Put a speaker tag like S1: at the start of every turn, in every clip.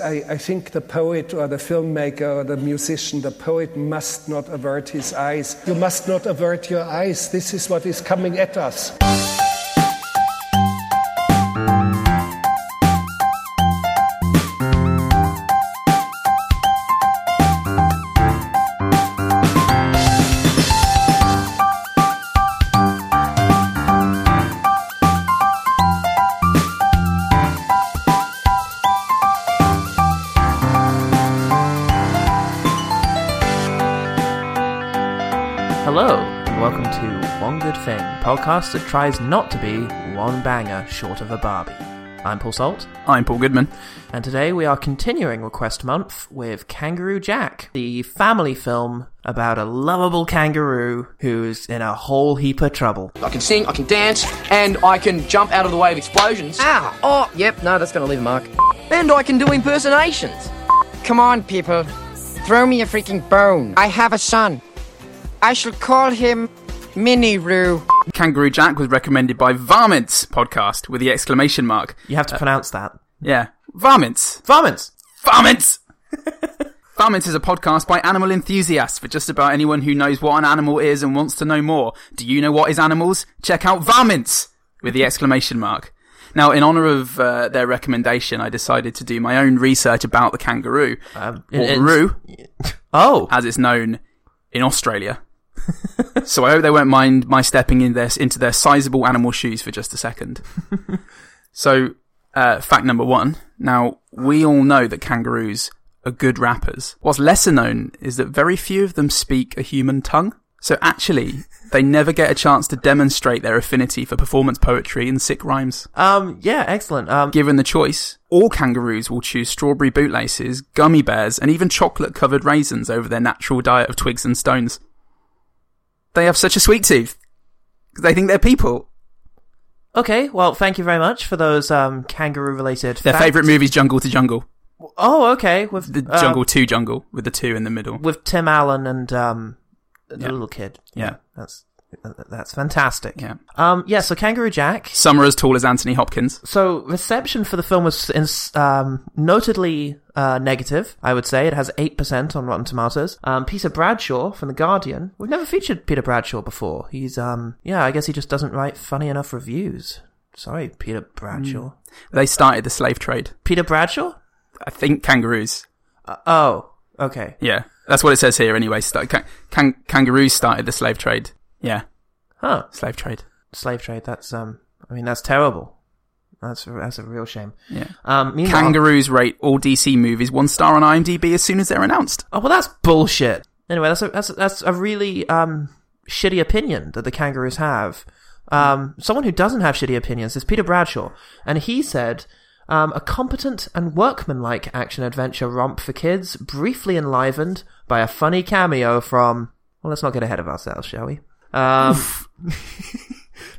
S1: I, I, think the poet or the filmmaker or the musician, the poet must not avert his eyes. You must not avert your eyes. This is what is coming at us.
S2: podcast that tries not to be one banger short of a Barbie. I'm Paul Salt.
S3: I'm Paul Goodman.
S2: And today we are continuing Request Month with Kangaroo Jack, the family film about a lovable kangaroo who's in a whole heap of trouble.
S4: I can sing, I can dance, and I can jump out of the way of explosions.
S5: Ow! Oh, yep, no, that's gonna leave a mark.
S4: And I can do impersonations.
S5: Come on, people. Throw me a freaking bone. I have a son. I shall call him Mini Roo.
S3: Kangaroo Jack was recommended by Varmints podcast with the exclamation mark.
S2: You have to uh, pronounce that.
S3: Yeah. Varmints.
S2: Varmints.
S3: Varmints. Varmints is a podcast by animal enthusiasts for just about anyone who knows what an animal is and wants to know more. Do you know what is animals? Check out Varmints with the exclamation mark. Now, in honor of uh, their recommendation, I decided to do my own research about the kangaroo, um, or it, roo,
S2: oh,
S3: as it's known in Australia. so I hope they won't mind my stepping in their, into their sizable animal shoes for just a second. so, uh, fact number one. Now, we all know that kangaroos are good rappers. What's lesser known is that very few of them speak a human tongue. So actually, they never get a chance to demonstrate their affinity for performance poetry and sick rhymes.
S2: Um, yeah, excellent. Um,
S3: given the choice, all kangaroos will choose strawberry bootlaces, gummy bears, and even chocolate-covered raisins over their natural diet of twigs and stones they have such a sweet tooth because they think they're people.
S2: Okay, well, thank you very much for those um, kangaroo-related.
S3: Their
S2: facts.
S3: favorite movies, Jungle to Jungle.
S2: Oh, okay. With um,
S3: the uh, Jungle to Jungle, with the two in the middle,
S2: with Tim Allen and um, the yeah. little kid.
S3: Yeah,
S2: that's that's fantastic.
S3: Yeah.
S2: Um. Yeah. So Kangaroo Jack.
S3: Some are as tall as Anthony Hopkins.
S2: So reception for the film was in, um, notably uh, negative. I would say it has eight percent on Rotten Tomatoes. Um, Peter Bradshaw from the Guardian. We've never featured Peter Bradshaw before. He's um. Yeah. I guess he just doesn't write funny enough reviews. Sorry, Peter Bradshaw. Mm.
S3: They started the slave trade.
S2: Peter Bradshaw.
S3: I think kangaroos.
S2: Uh, oh. Okay.
S3: Yeah. That's what it says here anyway. Start, can, can, kangaroos started the slave trade. Yeah.
S2: Huh.
S3: Slave trade.
S2: Slave trade. That's um. I mean, that's terrible. That's that's a real shame.
S3: Yeah.
S2: Um.
S3: Mm-hmm. Kangaroos rate all DC movies one star on IMDb as soon as they're announced.
S2: Oh well, that's bullshit. Anyway, that's a that's a, that's a really um shitty opinion that the kangaroos have. Um, someone who doesn't have shitty opinions is Peter Bradshaw, and he said. Um, a competent and workmanlike action adventure romp for kids, briefly enlivened by a funny cameo from. Well, let's not get ahead of ourselves, shall we? Um,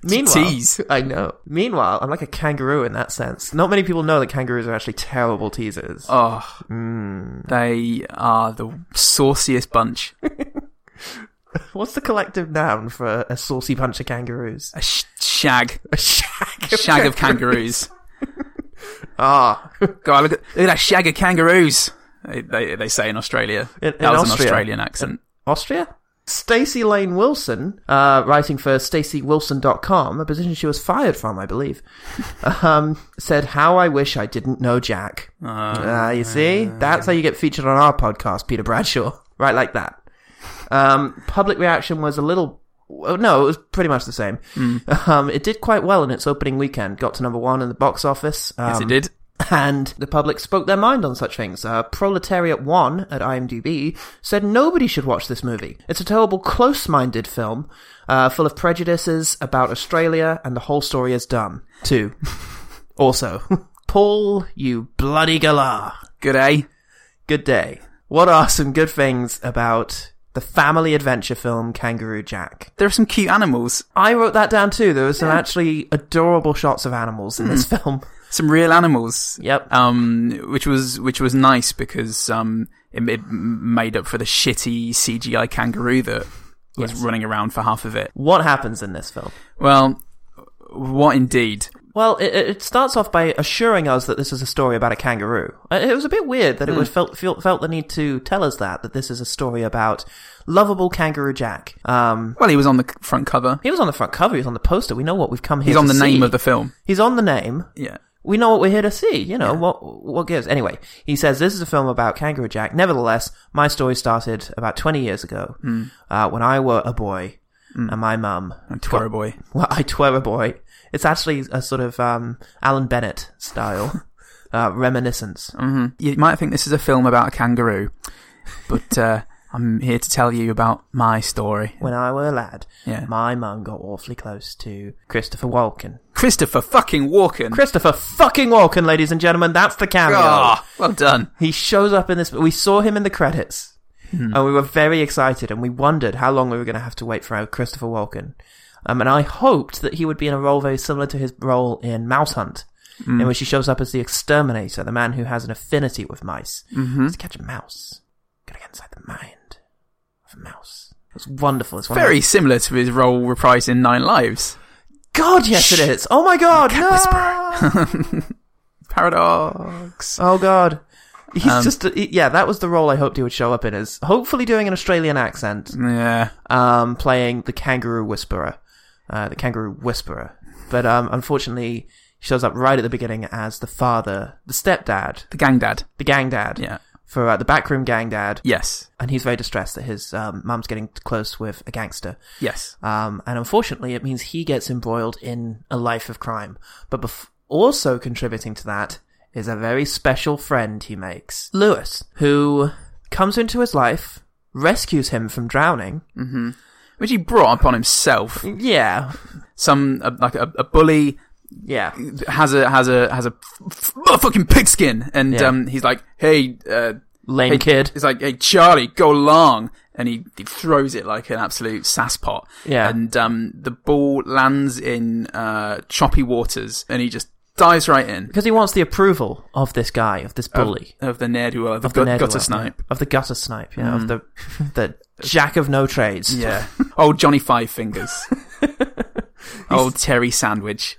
S2: meanwhile,
S3: tease.
S2: I know. Meanwhile, I'm like a kangaroo in that sense. Not many people know that kangaroos are actually terrible teasers.
S3: Oh,
S2: mm.
S3: they are the sauciest bunch.
S2: What's the collective noun for a, a saucy bunch of kangaroos?
S3: A sh- shag.
S2: A shag.
S3: Of shag of kangaroos.
S2: Ah,
S3: oh. God! Look at, look at that shag of kangaroos. They, they, they say in Um, Australia.
S2: In,
S3: that
S2: in
S3: was
S2: Austria.
S3: an Australian accent. In
S2: Austria. Stacey Lane Wilson, uh, writing for staceywilson.com, a position she was fired from, I believe, um, said, How I wish I didn't know Jack. Ah,
S3: Uh, uh,
S2: you see? That's how you get featured on our podcast, Peter Bradshaw. Right like that. Um, public reaction was a little. oh, No, it was pretty much the same.
S3: Mm.
S2: Um, it did quite well in its opening weekend, got to number one in the box office.
S3: yes, it did
S2: and the public spoke their mind on such things. Uh, Proletariat 1 at IMDb said nobody should watch this movie. It's a terrible, close minded film, uh, full of prejudices about Australia, and the whole story is dumb. Two. also, Paul, you bloody galah.
S3: Good eh? day.
S2: Good day. What are some good things about the family adventure film Kangaroo Jack.
S3: There are some cute animals.
S2: I wrote that down too. There were some yeah. actually adorable shots of animals in mm. this film.
S3: Some real animals.
S2: Yep.
S3: Um, which was which was nice because um, it, it made up for the shitty CGI kangaroo that was yes. running around for half of it.
S2: What happens in this film?
S3: Well, what indeed?
S2: Well, it, it it starts off by assuring us that this is a story about a kangaroo. Uh, It was a bit weird that it
S3: Hmm.
S2: would felt, felt felt the need to tell us that that this is a story about lovable kangaroo Jack. Um,
S3: Well, he was on the c- front cover.
S2: he was on the front cover. He was on the poster. We know what we've come here.
S3: He's on
S2: to
S3: the name
S2: see.
S3: of the film.
S2: He's on the name.
S3: Yeah.
S2: we know what we're here to see. You know what what gives. Anyway, he says this is a film about Kangaroo Jack. Nevertheless, my story started about twenty years ago
S3: Hmm.
S2: uh, when I were a boy and my mum.
S3: And Twirl Boy.
S2: Well, I twere a boy. It's actually a sort of um, Alan Bennett style uh, reminiscence.
S3: You might think this is a film about a kangaroo, but uh, I'm here to tell you about my story.
S2: When I were a lad,
S3: Yeah.
S2: my mum got awfully close to Christopher Walken.
S3: Christopher fucking Walken.
S2: Christopher fucking Walken, ladies and gentlemen, that's the cameo.
S3: Ah, well done.
S2: He shows up in this. We saw him in the credits, and we were very excited, and we wondered how long we were going to have to wait for Christopher Walken. Um, and I hoped that he would be in a role very similar to his role in Mouse Hunt, in which he shows up as the exterminator, the man who has an affinity with mice. Mm-hmm. Just catch a mouse, gotta get inside the mind of a mouse. It's wonderful. It's one of
S3: Very
S2: my-
S3: similar to his role reprised in Nine Lives.
S2: God, yes, it is. Oh my God, no!
S3: Paradox.
S2: Oh God. He's just, a, he- yeah, that was the role I hoped he would show up in, is hopefully doing an Australian accent.
S3: Yeah.
S2: um, playing the Kangaroo Whisperer, uh, the Kangaroo Whisperer. But um, unfortunately, he shows up right at the beginning as the father, the stepdad,
S3: The gang dad.
S2: the gang dad
S3: Yeah.
S2: for uh, the backroom gang dad,
S3: Yes.
S2: and he's very distressed that his um, mum's getting close with a gangster.
S3: Yes.
S2: Um, and unfortunately, it means he gets embroiled in a life of crime. But bef- also contributing to that is a very special friend he makes, Lewis, who comes into his life, rescues him from drowning.
S3: Which he brought upon himself.
S2: Yeah,
S3: Some uh, like a, a bully
S2: Yeah.
S3: has a has a has a f- f- fucking pigskin, and
S2: Yeah.
S3: um, he's like, hey, uh,
S2: Lame
S3: hey,
S2: kid.
S3: He's like, hey, Charlie, go along, and he, he throws it like an absolute sasspot.
S2: Yeah.
S3: and um, the ball lands in uh, choppy waters, and he just dives right in
S2: Because he wants the approval of this guy, of this bully.
S3: of the nerd who uh,
S2: of the
S3: got,
S2: nerd
S3: got a
S2: world,
S3: snipe. Mm.
S2: yeah. Of the gutter snipe, yeah. Of the the jack of no trades.
S3: Yeah, old Johnny Five Fingers, old Terry Sandwich.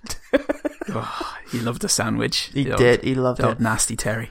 S3: oh, he loved a sandwich.
S2: He
S3: The old-
S2: did, he loved
S3: the
S2: it.
S3: old nasty Terry.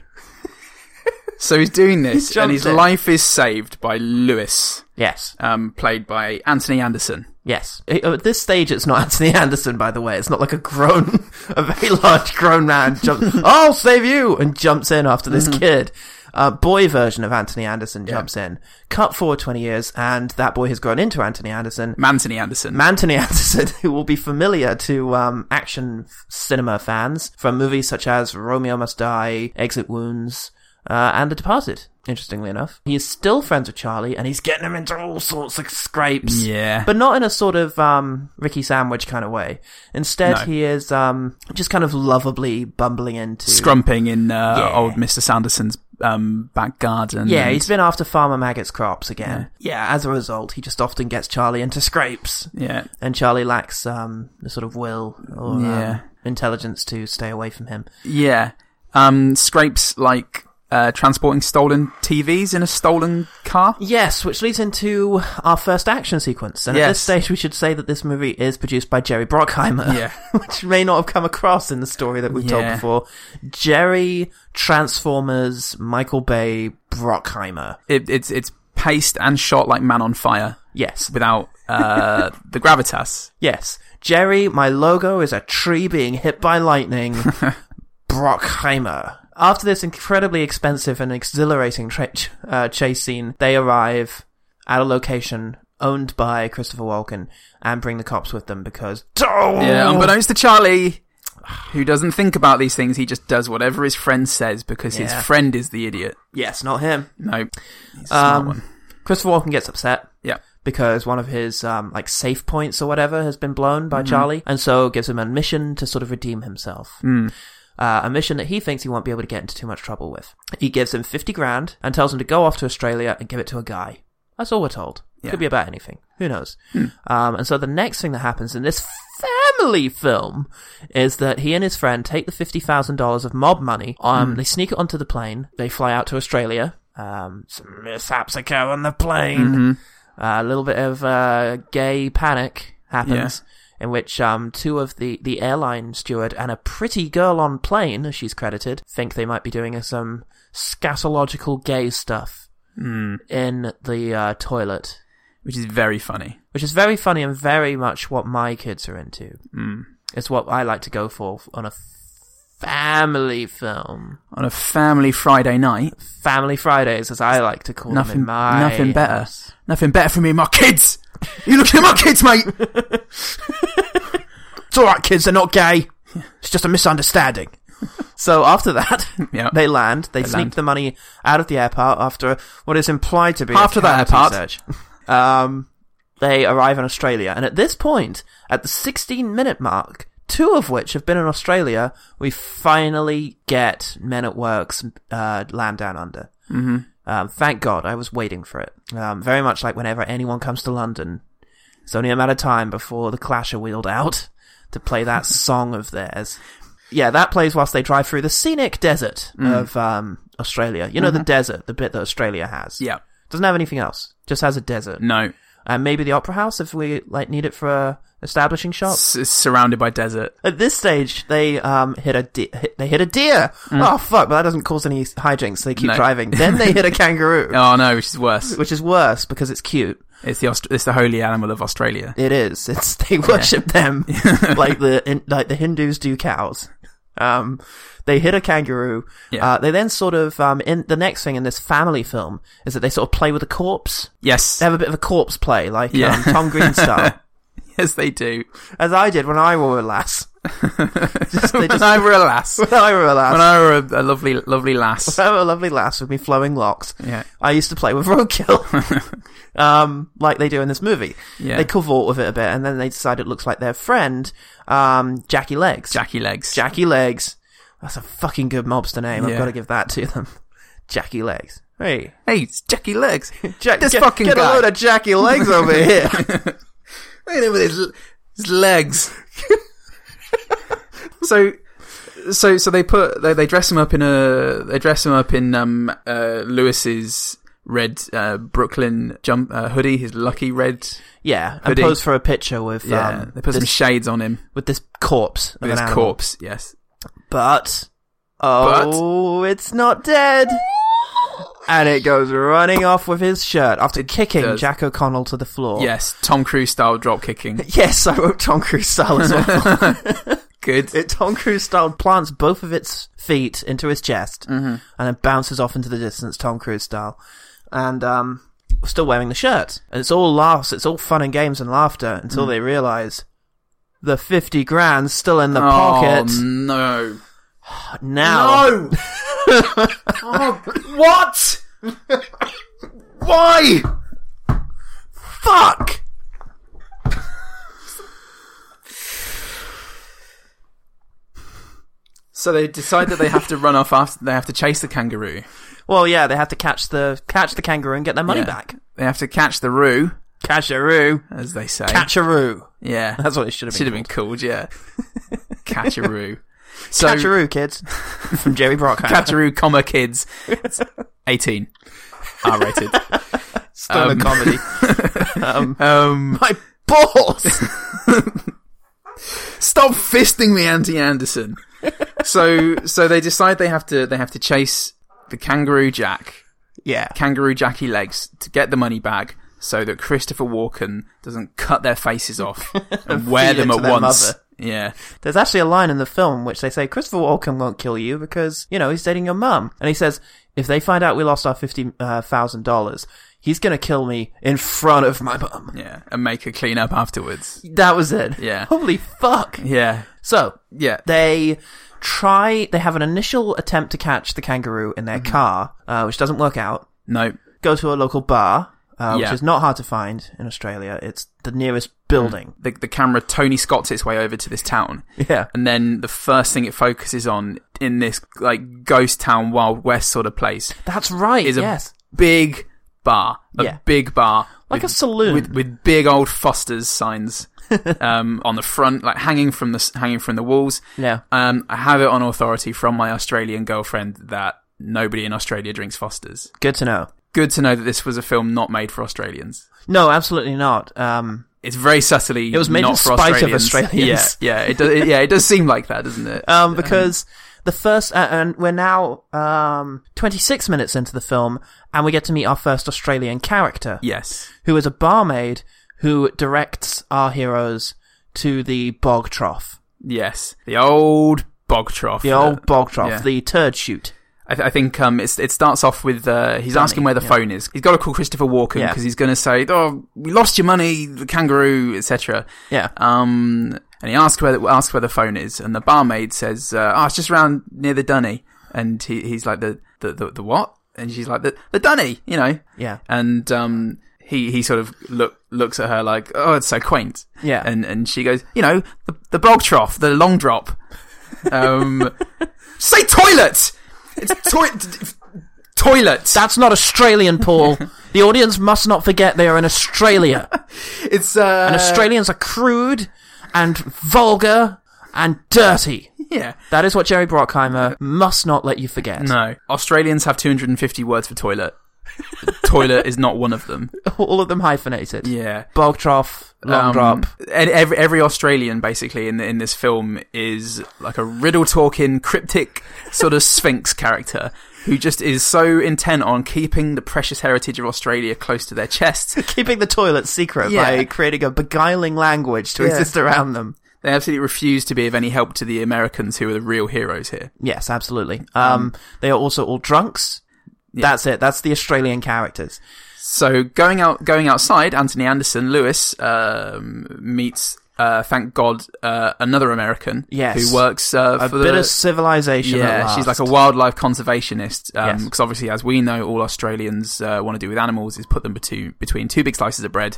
S3: so he's doing this,
S2: He's
S3: and
S2: jumped
S3: his
S2: in.
S3: life is saved by Lewis,
S2: Yes.
S3: um, played by Anthony Anderson.
S2: Yes. Uh, At this stage it's not Anthony Anderson, by the way. It's not like a grown a very large grown man jumps I'll save you and jumps in after this
S3: Mm-hmm.
S2: kid. Uh, boy version of Anthony Anderson jumps in. Cut forward twenty years and that boy has grown into Anthony Anderson.
S3: Anthony Anderson.
S2: Anthony Anderson, who will be familiar to um, action f- cinema fans from movies such as Romeo Must Die, Exit Wounds, uh, and The Departed. Interestingly enough, he is still friends with Charlie, and he's getting him into all sorts of scrapes.
S3: Yeah.
S2: but not in a sort of um, Ricky Sandwich kind of way. Instead,
S3: No.
S2: he is um, just kind of lovably bumbling into
S3: Scrumping in uh,
S2: Yeah.
S3: old Mr. Sanderson's um, back garden.
S2: Yeah,
S3: and-
S2: he's been after Farmer Maggot's crops again. Yeah. as a result, he just often gets Charlie into scrapes.
S3: Yeah.
S2: And Charlie lacks um, the sort of will or um,
S3: Yeah.
S2: intelligence to stay away from him.
S3: Yeah. Um, scrapes like uh, transporting stolen TVs in a stolen car.
S2: Yes, which leads into our first action sequence. And at this
S3: Yes.
S2: stage, we should say that this movie is produced by Jerry Brockheimer,
S3: Yeah.
S2: which may not have come across in the story that we've told
S3: Yeah.
S2: before. Jerry Transformers Michael Bay Brockheimer.
S3: It, it's it's paced and shot like Man on Fire
S2: Yes,
S3: without uh, the gravitas.
S2: Yes. Jerry, my logo is a tree being hit by lightning. Brockheimer. After this incredibly expensive and exhilarating tra- ch- uh, chase scene, they arrive at a location owned by Christopher Walken and bring the cops with them because.
S3: Yeah, unbeknownst to Charlie, who doesn't think about these things, he just does whatever his friend says because
S2: Yeah.
S3: his friend is the idiot.
S2: Yes, not him.
S3: No, he's a smart
S2: Um,
S3: one.
S2: Christopher Walken gets upset.
S3: Yeah,
S2: because one of his um, like safe points or whatever has been blown by Charlie, and so gives him a mission to sort of redeem himself. Uh, a mission that he thinks he won't be able to get into too much trouble with. He gives him fifty grand and tells him to go off to Australia and give it to a guy. That's all we're told.
S3: Yeah.
S2: Could be about anything. Who knows? Um, and so the next thing that happens in this family film is that he and his friend take the fifty thousand dollars of mob money. Um, they sneak it onto the plane. They fly out to Australia. Um, some mishaps occur on the plane a little bit of uh, gay panic uh, happens. in which um, two of the, the airline steward and a pretty girl on plane, as she's credited, think they might be doing uh, some scatological gay stuff
S3: Hmm.
S2: in the uh, toilet,
S3: which is very funny.
S2: which is very funny and very much what my kids are into.
S3: Hmm.
S2: It's what I like to go for on a family film.
S3: On a family Friday night,
S2: Family Fridays, as I like to call them.
S3: nothing,
S2: in my
S3: nothing better,
S2: house.
S3: nothing better for me and my kids. You looking at my kids, mate?
S2: It's all right, kids. They're not gay. It's just a misunderstanding. so after that,
S3: Yeah.
S2: they land. They, sneak
S3: land.
S2: the money out of the airport after what is implied to be
S3: After
S2: a
S3: the
S2: cavity
S3: airport.
S2: search. Um, they arrive in Australia, and at this point, at the 16-minute mark, two of which have been in Australia, we finally get Men at Work's uh, Land Down Under. Um, thank God, I was waiting for it. Um, very much like whenever anyone comes to London, it's only a matter of time before the Clash are wheeled out to play that song of theirs. Yeah, that plays whilst they drive through the scenic desert
S3: Mm.
S2: of um, Australia. You know the desert, the bit that Australia has.
S3: Mm-hmm. yeah,
S2: doesn't have anything else. Just has a desert,
S3: no,
S2: and maybe the opera house if we like need it for a establishing shot.
S3: S- it's surrounded by desert.
S2: At this stage, they um hit a de- hit, they hit a deer. Oh fuck! But that doesn't cause any hijinks. They keep
S3: Mm. No.
S2: driving. Then they hit a kangaroo,
S3: Oh no, which is worse.
S2: which is worse because it's cute.
S3: It's the Aust- it's the holy animal of Australia.
S2: It is. It's they worship them like the in, like the Hindus do cows. Um, they hit a kangaroo.
S3: Yeah.
S2: Uh, they then sort of um in the next thing in this family film is that they sort of play with a corpse.
S3: Yes,
S2: They have a bit of a corpse play, like
S3: Yeah.
S2: um, Tom Green style,
S3: yes, they do.
S2: as I did when I were a lass. Just- they
S3: when
S2: just
S3: I were a lass,
S2: when I were a lass.
S3: when I were a, a lovely, lovely lass.
S2: I were a lovely lass with me flowing locks.
S3: Yeah.
S2: I used to play with roadkill, um, like they do in this movie.
S3: Yeah.
S2: They cavort with it a bit, and then they decide it looks like their friend, um, Jackie Legs.
S3: Jackie legs.
S2: Jackie Legs. That's a fucking good mobster name. I've
S3: Yeah.
S2: got to give that to them. Jackie Legs. Hey,
S3: hey, it's Jackie legs.
S2: Jack,
S3: this
S2: get,
S3: fucking
S2: get
S3: guy.
S2: a load of Jackie Legs over here.
S3: Look at him with his, his legs. so, so, so they put they, they dress him up in a they dress him up in um uh Lewis's red uh Brooklyn jump uh, hoodie, his lucky red.
S2: yeah, and
S3: Hoodie.
S2: pose for a picture with
S3: Yeah,
S2: um,
S3: they put some
S2: this,
S3: shades on him
S2: with this corpse of
S3: with
S2: an
S3: his
S2: animal.
S3: corpse. Yes,
S2: But oh, it's not dead. And it goes running off with his shirt after kicking
S3: does.
S2: Jack O'Connell to the floor.
S3: yes, Tom Cruise style drop kicking.
S2: Yes, I wrote Tom Cruise style as well.
S3: Good.
S2: It Tom Cruise style plants both of its feet into his chest
S3: Mm-hmm.
S2: and then bounces off into the distance, Tom Cruise style. And um, still wearing the shirt. And it's all laughs, it's all fun and games and laughter
S3: Mm.
S2: until they realize the 50 grand's still in the
S3: oh
S2: pocket.
S3: no!
S2: Now,
S3: No! oh, what? Why?
S2: fuck!
S3: So they decide that they have to run off after they have to chase the kangaroo.
S2: Well, yeah, they have to catch the catch the kangaroo and get their money
S3: Yeah.
S2: back.
S3: They have to catch the roo,
S2: Catcharoo,
S3: as they say.
S2: catcharoo.
S3: yeah,
S2: That's what it should have
S3: should
S2: been.
S3: have been called. Yeah, catch a roo. So
S2: Catcharoo, kids, from Jerry Brock.
S3: catch a roo, comma kids, It's eighteen, R rated.
S2: Still
S3: um,
S2: a comedy. um,
S3: Um,
S2: my balls.
S3: stop fisting me, Andy Anderson. so so they decide they have to they have to chase the kangaroo Jack.
S2: yeah.
S3: Kangaroo Jackie legs to get the money back so that Christopher Walken doesn't cut their faces off and wear
S2: Feed it
S3: them
S2: to
S3: at
S2: their
S3: once.
S2: mother.
S3: Yeah.
S2: There's actually a line in the film which they say Christopher Walken won't kill you because you know he's dating your mum, and he says if they find out we lost our fifty uh, thousand dollars, he's gonna kill me in front of my mum.
S3: Yeah. And make her clean up afterwards.
S2: That was it.
S3: Yeah.
S2: Holy fuck.
S3: Yeah.
S2: So
S3: Yeah.
S2: they try. They have an initial attempt to catch the kangaroo in their
S3: Mm-hmm.
S2: car, uh, which doesn't work out.
S3: No.
S2: Go to a local bar, uh,
S3: Yeah. Mm.
S2: which is not hard to find in Australia. It's the nearest building.
S3: The, the camera Tony Scott's its way over to this town.
S2: Yeah.
S3: And then the first thing it focuses on in this like ghost town Wild West sort of place
S2: That's right.
S3: is a
S2: yes,
S3: big bar. A
S2: Yeah.
S3: big bar.
S2: like a
S3: with-
S2: saloon.
S3: with with big old Foster's signs um, on the front, like hanging from the s- hanging from the walls.
S2: Yeah.
S3: Um, I have it on authority from my Australian girlfriend that nobody in Australia drinks Foster's.
S2: Good to know.
S3: Good to know that this was a film not made for Australians.
S2: No, absolutely not. Um,
S3: It's very subtly.
S2: It was made
S3: not
S2: in
S3: for
S2: spite of Australians.
S3: Yeah, yeah. It does. It, yeah, it does seem like that, doesn't it?
S2: um, because the first, uh, and we're now um, 26 minutes into the film, and we get to meet our first Australian character,
S3: yes.
S2: who is a barmaid who directs our heroes to the bog trough,
S3: Yes. The old bog trough.
S2: the old bog trough,
S3: yeah.
S2: the turd shoot.
S3: I, th- I think um, it's, it starts off with uh, he's asking where the phone is. He's got to call Christopher Walken
S2: Yeah.
S3: because he's going to say, "Oh, we lost your money, the kangaroo, etc."
S2: Yeah.
S3: Um, and he asks where the, asks where the phone is, and the barmaid says, uh, "Oh, it's just round near the dunny." And he, he's like, "The the the, the what?" And she's like, "The the dunny," you know.
S2: Yeah.
S3: And um, he he sort of look looks at her like, "Oh, it's so quaint."
S2: Yeah.
S3: And and she goes, "You know, the the bog trough, the long drop." Um, say toilet. It's toilet. Toilet.
S2: That's not Australian, Paul. the audience must not forget they are in Australia.
S3: it's uh,
S2: And Australians are crude and vulgar and dirty.
S3: yeah.
S2: That is what Jerry Brockheimer must not let you forget.
S3: No, Australians have 250 words for toilet. toilet is not one of them.
S2: All of them hyphenated.
S3: Yeah.
S2: Bog trough, long
S3: Um,
S2: drop.
S3: and every every Australian basically in the, in this film is like a riddle talking cryptic sort of sphinx character who just is so intent on keeping the precious heritage of Australia close to their chest.
S2: Keeping the toilet secret
S3: Yeah.
S2: by creating a beguiling language to
S3: Yeah.
S2: exist around them.
S3: They absolutely refuse to be of any help to the Americans who are the real heroes here.
S2: Yes, absolutely. Um, they are also all drunks. That's it. That's the Australian characters.
S3: So going out, going outside, Anthony Anderson Lewis um, meets, uh, thank God, uh, another American
S2: Yes.
S3: who works uh,
S2: A
S3: for
S2: bit
S3: the
S2: of civilization. at
S3: yeah. She's
S2: last.
S3: like a wildlife conservationist because
S2: Yes.
S3: obviously, as we know, all Australians uh, want to do with animals is put them between, between two big slices of bread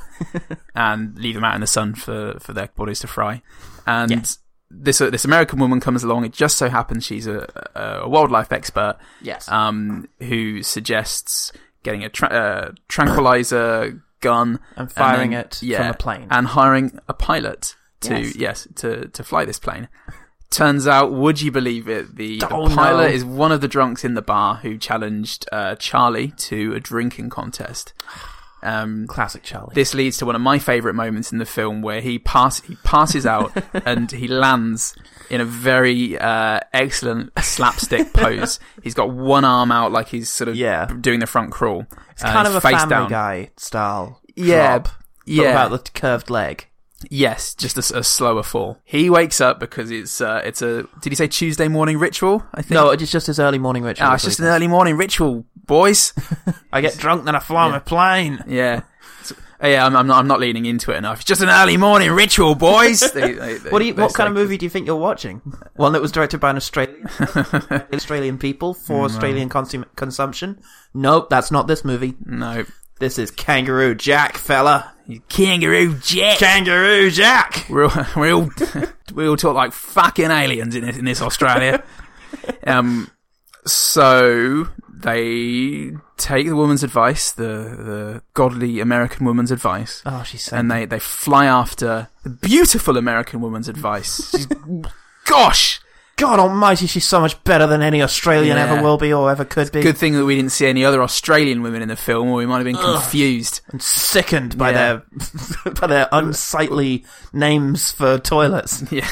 S3: and leave them out in the sun for for their bodies to fry. And this uh, this American woman comes along. It just so happens she's a, a a wildlife expert
S2: yes.
S3: um, who suggests getting a tra- uh, tranquilizer gun
S2: And firing
S3: then-
S2: it from a plane.
S3: and hiring a pilot to
S2: Yes.
S3: yes, to to fly this plane. Turns out, would you believe it? The, the
S2: Oh, no.
S3: pilot is one of the drunks in the bar who challenged uh, Charlie to a drinking contest. Um,
S2: Classic Charlie.
S3: this leads to one of my favorite moments in the film where he pass he passes out and he lands in a very uh, excellent slapstick pose. He's got one arm out like he's sort of
S2: Yeah.
S3: doing the front crawl. Uh,
S2: it's kind of a family guy style.
S3: Yeah.
S2: drop,
S3: Yeah.
S2: But without the curved leg.
S3: Yes, just a, s- a slower fall. He wakes up because it's uh, it's a did he say Tuesday morning ritual? I think.
S2: No, it's just his early morning ritual.
S3: Ah,
S2: this
S3: it's just an
S2: weekend.
S3: early morning ritual, boys.
S2: I get drunk, then I fly on a plane.
S3: yeah. So- oh, Yeah, I'm, I'm not. I'm not leaning into it enough. It's just an early morning ritual, boys. They- they- they-
S2: What, do you,
S3: they
S2: what kind
S3: say-
S2: of movie do you think you're watching? One that was directed by an Australian, Australian people for
S3: Mm,
S2: Australian consum- consumption? Nope, that's not this movie.
S3: No,
S2: This is Kangaroo Jack, fella.
S3: kangaroo jet.
S2: Kangaroo Jack.
S3: we're all, we're all, we all talk like fucking aliens in this, in this Australia. um, so they take the woman's advice, the the godly American woman's advice,
S2: Oh, she's so.
S3: and they they fly after the beautiful American woman's advice. She's- gosh,
S2: God Almighty, she's so much better than any Australian
S3: Yeah.
S2: ever will be or ever could be.
S3: good thing that we didn't see any other Australian women in the film, or we might have been confused.
S2: And sickened by
S3: Yeah.
S2: their by their unsightly names for toilets,
S3: Yeah.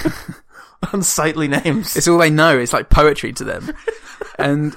S2: unsightly names.
S3: It's all they know. It's like poetry to them. and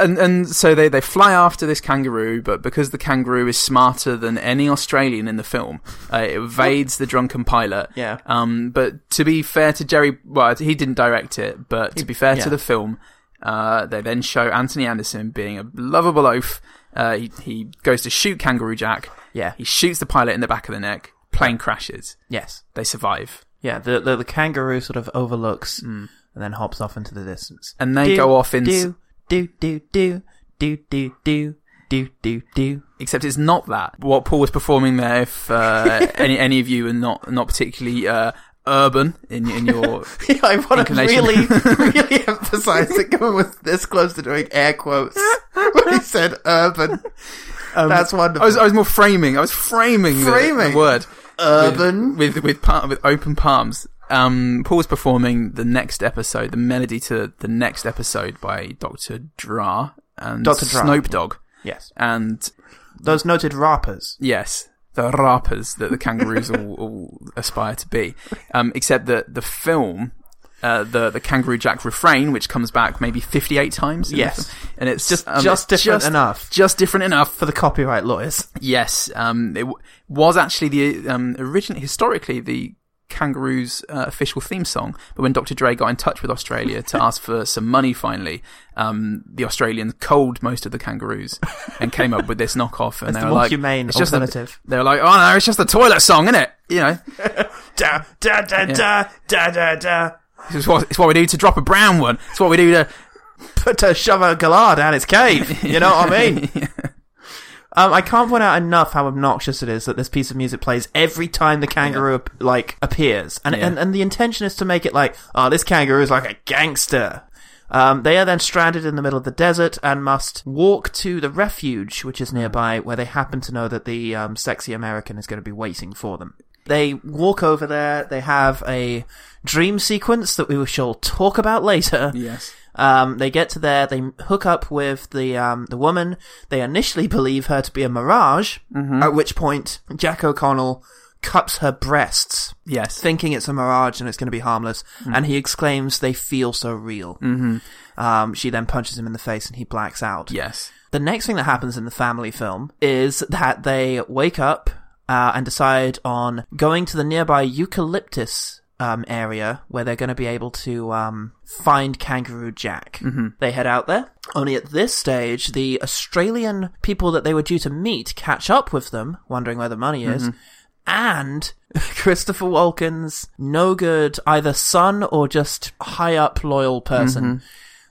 S3: and and so they they fly after this kangaroo, but because the kangaroo is smarter than any Australian in the film, uh, it evades the drunken pilot.
S2: Yeah.
S3: Um. But to be fair to Jerry, well, he didn't direct it, but to be fair
S2: yeah.
S3: to the film, uh, they then show Anthony Anderson being a lovable oaf. Uh, he, he goes to shoot Kangaroo Jack.
S2: Yeah.
S3: He shoots the pilot in the back of the neck. Plane crashes.
S2: yes,
S3: They survive.
S2: yeah. The, the the kangaroo sort of overlooks and then hops off into the distance.
S3: And they go off in-
S2: do do do do do do do do do do.
S3: except it's not that. What Paul was performing there, if uh, any any of you are not not particularly uh, urban in in your
S2: Yeah, I want to
S3: Inclination.
S2: really, really emphasize that Gavin was this close to doing air quotes when he said urban. That's wonderful.
S3: I was I was more framing. I was framing the- the,
S2: Framing.
S3: word
S2: Urban.
S3: with with with, par- with open palms. Um, Paul was performing the next episode, the melody to the next episode by Doctor Dra and
S2: Dr. Dra.
S3: Snoop Dogg,
S2: yes,
S3: and
S2: those noted rappers.
S3: yes, the rappers that the kangaroos all, all aspire to be. Um, except that the film, uh, the the Kangaroo Jack refrain, which comes back maybe fifty eight times. in the
S2: Yes.
S3: film, and it's just um,
S2: Just
S3: it's
S2: different enough.
S3: Just different enough
S2: for the copyright lawyers.
S3: Yes, um, it w- was actually the um, originally historically the Kangaroos' uh, official theme song. But when Dr. Dre got in touch with Australia to ask for some money, finally, um, the Australians culled most of the kangaroos and came up with this knockoff. And
S2: It's
S3: they
S2: the
S3: were
S2: more
S3: like,
S2: humane
S3: it's just a-
S2: alternative.
S3: they were like, "Oh no, it's just a toilet song, isn't it? You know,
S2: Da da da da da da da.
S3: it's what, it's what we do to drop a brown one. It's what we do to."
S2: Put a shove a galah down its cave. You know what I mean? Um, I can't point out enough how obnoxious it is that this piece of music plays every time the kangaroo ap- like appears, and,
S3: Yeah.
S2: and and the intention is to make it like, oh, this kangaroo is like a gangster. Um, they are then stranded in the middle of the desert and must walk to the refuge, which is nearby, where they happen to know that the um, sexy American is going to be waiting for them. They walk over there. They have a dream sequence that we shall talk about later.
S3: Yes.
S2: Um, they get to there, they hook up with the um, the woman. They initially believe her to be a mirage,
S3: Mm-hmm.
S2: at which point Jack O'Connell cups her breasts,
S3: Yes.
S2: thinking it's a mirage and it's going to be harmless.
S3: Mm-hmm.
S2: And he exclaims, "They feel so real." Mm-hmm. Um, she then punches him in the face, and he blacks out.
S3: Yes.
S2: The next thing that happens in the family film is that they wake up uh, and decide on going to the nearby eucalyptus um, area where they're going to be able to um, find Kangaroo Jack. They head out there. Only at this stage, the Australian people that they were due to meet catch up with them, wondering where the money is. And Christopher Walken's no good either son or just high up loyal person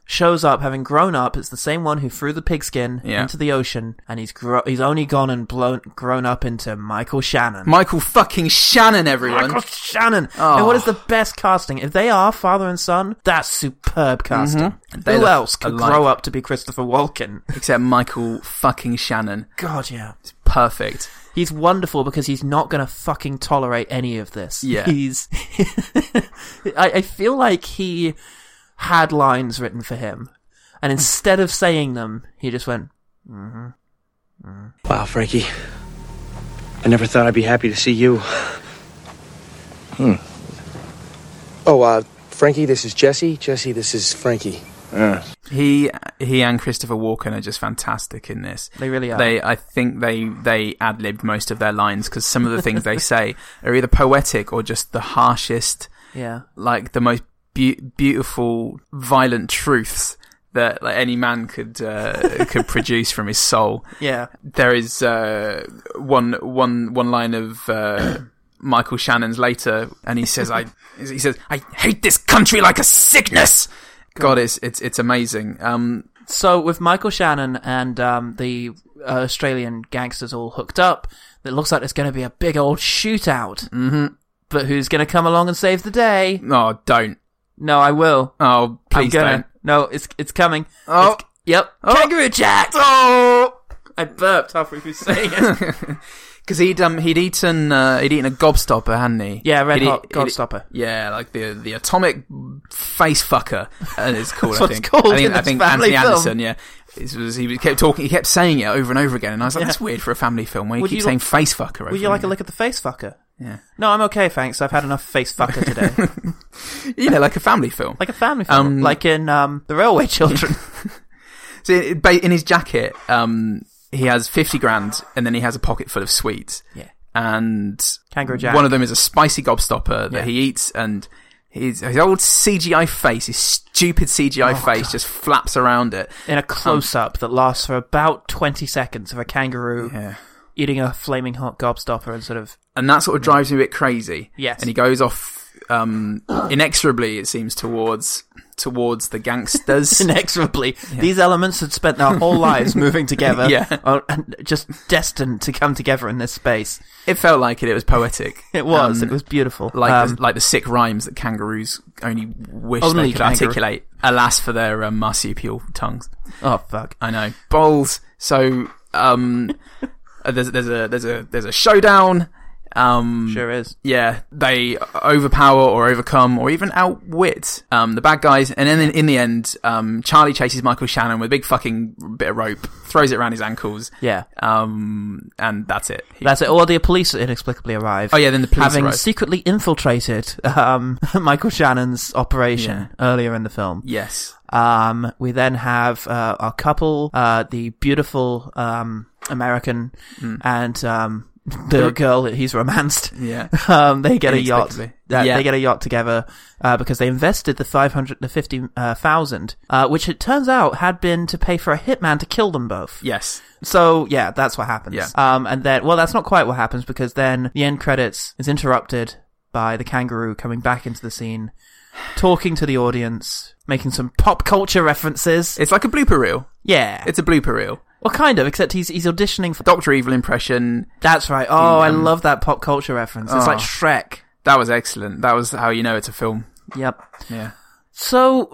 S2: shows up having grown up. It's the same one who threw the pigskin
S3: Yeah.
S2: into the ocean, and he's gro- he's only gone and blown grown up into Michael Shannon.
S3: Michael fucking Shannon, everyone.
S2: Michael Shannon.
S3: Oh.
S2: And what is the best casting? If they are father and son, that's superb casting.
S3: Mm-hmm. They
S2: Who
S3: look
S2: else could
S3: alike.
S2: grow up to be Christopher Walken?
S3: Except Michael fucking Shannon.
S2: God, yeah.
S3: Perfect.
S2: He's wonderful because he's not going to fucking tolerate any of this.
S3: Yeah.
S2: He's. I, I feel like he had lines written for him. And instead of saying them, he just went,
S6: Wow, Frankie. I never thought I'd be happy to see you.
S7: Hmm.
S8: Oh, uh, Frankie, this is Jesse. Jesse, this is Frankie.
S3: He he and Christopher Walken are just fantastic in this.
S2: They really are.
S3: They I think they they ad libbed most of their lines because some of the things they say are either poetic or just the harshest,
S2: yeah.
S3: like the most be- beautiful, violent truths that like, any man could uh, could produce from his soul.
S2: Yeah.
S3: There is uh, one one one line of. Uh, Michael Shannon's later, and he says, "I," he says, "I hate this country like a sickness." God, it's it's it's amazing. Um,
S2: So with Michael Shannon and um, the uh, Australian gangsters all hooked up, it looks like there's going to be a big old shootout. Mm-hmm. But who's going to come along and save the day?
S3: Oh, don't.
S2: No, I will. I'm
S3: Oh, please
S2: gonna.
S3: don't.
S2: No, it's it's coming.
S3: Oh.
S2: It's- yep. Kangaroo Jack.
S3: Oh,
S2: I burped halfway through saying it.
S3: because he'd um he'd eaten uh, he'd eaten a gobstopper, hadn't he?
S2: yeah, red
S3: He'd eat-
S2: hot
S3: he'd eat-
S2: Godstopper.
S3: Yeah, like the the atomic face fucker, and it's called.
S2: That's
S3: I
S2: what it's
S3: think.
S2: called
S3: I think,
S2: in
S3: I
S2: this
S3: think
S2: family
S3: Anthony
S2: film.
S3: Anderson. Yeah, it was, he was- kept talking. He kept saying it over and over again, and I was like, "That's weird for a family film where you
S2: Would
S3: keep
S2: you
S3: saying
S2: like-
S3: face fucker." Over
S2: Would you like a
S3: and
S2: look at the face fucker?
S3: Yeah.
S2: No, I'm okay, thanks. I've had enough face fucker today.
S3: over. You know, like a family film.
S2: like a family film,
S3: Um,
S2: like in um, the Railway Children.
S3: So it- ba- in his jacket, um, he has fifty grand, and then he has a pocket full of sweets.
S2: Yeah.
S3: and
S2: Kangaroo Jack.
S3: One of them is a spicy gobstopper that
S2: Yeah.
S3: he eats, and his his old CGI face, his stupid
S2: Oh,
S3: CGI face, just flaps around it.
S2: in a close up that lasts for about 20 seconds of a kangaroo eating a flaming hot gobstopper and sort of.
S3: and that sort of drives me a bit crazy.
S2: Yes.
S3: and he goes off um, inexorably, it seems, towards towards the gangsters.
S2: Inexorably, these elements had spent their whole lives moving together,
S3: Yeah.
S2: uh, and just destined to come together in this space.
S3: it felt like it. It was poetic.
S2: It was,
S3: Um,
S2: it was beautiful.
S3: like
S2: Um,
S3: the, like the sick rhymes that kangaroos only wish
S2: Only
S3: they could
S2: kangaroo-
S3: articulate. Alas for their um, marsupial tongues.
S2: oh fuck!
S3: I know balls. So um, uh, there's there's a there's a there's a showdown, Um,
S2: Sure is.
S3: yeah, they overpower or overcome or even outwit um, the bad guys. And then in, in the end, um, Charlie chases Michael Shannon with a big fucking bit of rope, throws it around his ankles.
S2: Yeah.
S3: Um, and that's it. He-
S2: That's it. Or the police inexplicably arrive.
S3: Oh, yeah, then the police
S2: having
S3: arrive.
S2: secretly infiltrated um, Michael Shannon's operation earlier in the film.
S3: yes.
S2: Um, we then have uh, our couple, uh, the beautiful um, American and um, the girl that he's romanced.
S3: Hmm. Yeah.
S2: Um, they get a yacht.
S3: Inexplicably.
S2: Uh,
S3: Yeah.
S2: They get a yacht together uh, because they invested the five hundred, the fifty uh, thousand, uh, which it turns out had been to pay for a hitman to kill them both.
S3: Yes.
S2: So yeah, that's what happens.
S3: Yeah.
S2: Um, and then well, that's not quite what happens because then the end credits is interrupted by the kangaroo coming back into the scene, talking to the audience, making some pop culture references.
S3: It's like a blooper reel.
S2: yeah.
S3: It's a blooper reel.
S2: well, kind of, except he's he's auditioning for.
S3: Doctor Evil impression.
S2: That's right. Oh, I love that pop culture reference. It's like
S3: Mm, um, Oh.
S2: Shrek.
S3: That was excellent. That was how you know it's a film.
S2: Yep.
S3: Yeah.
S2: So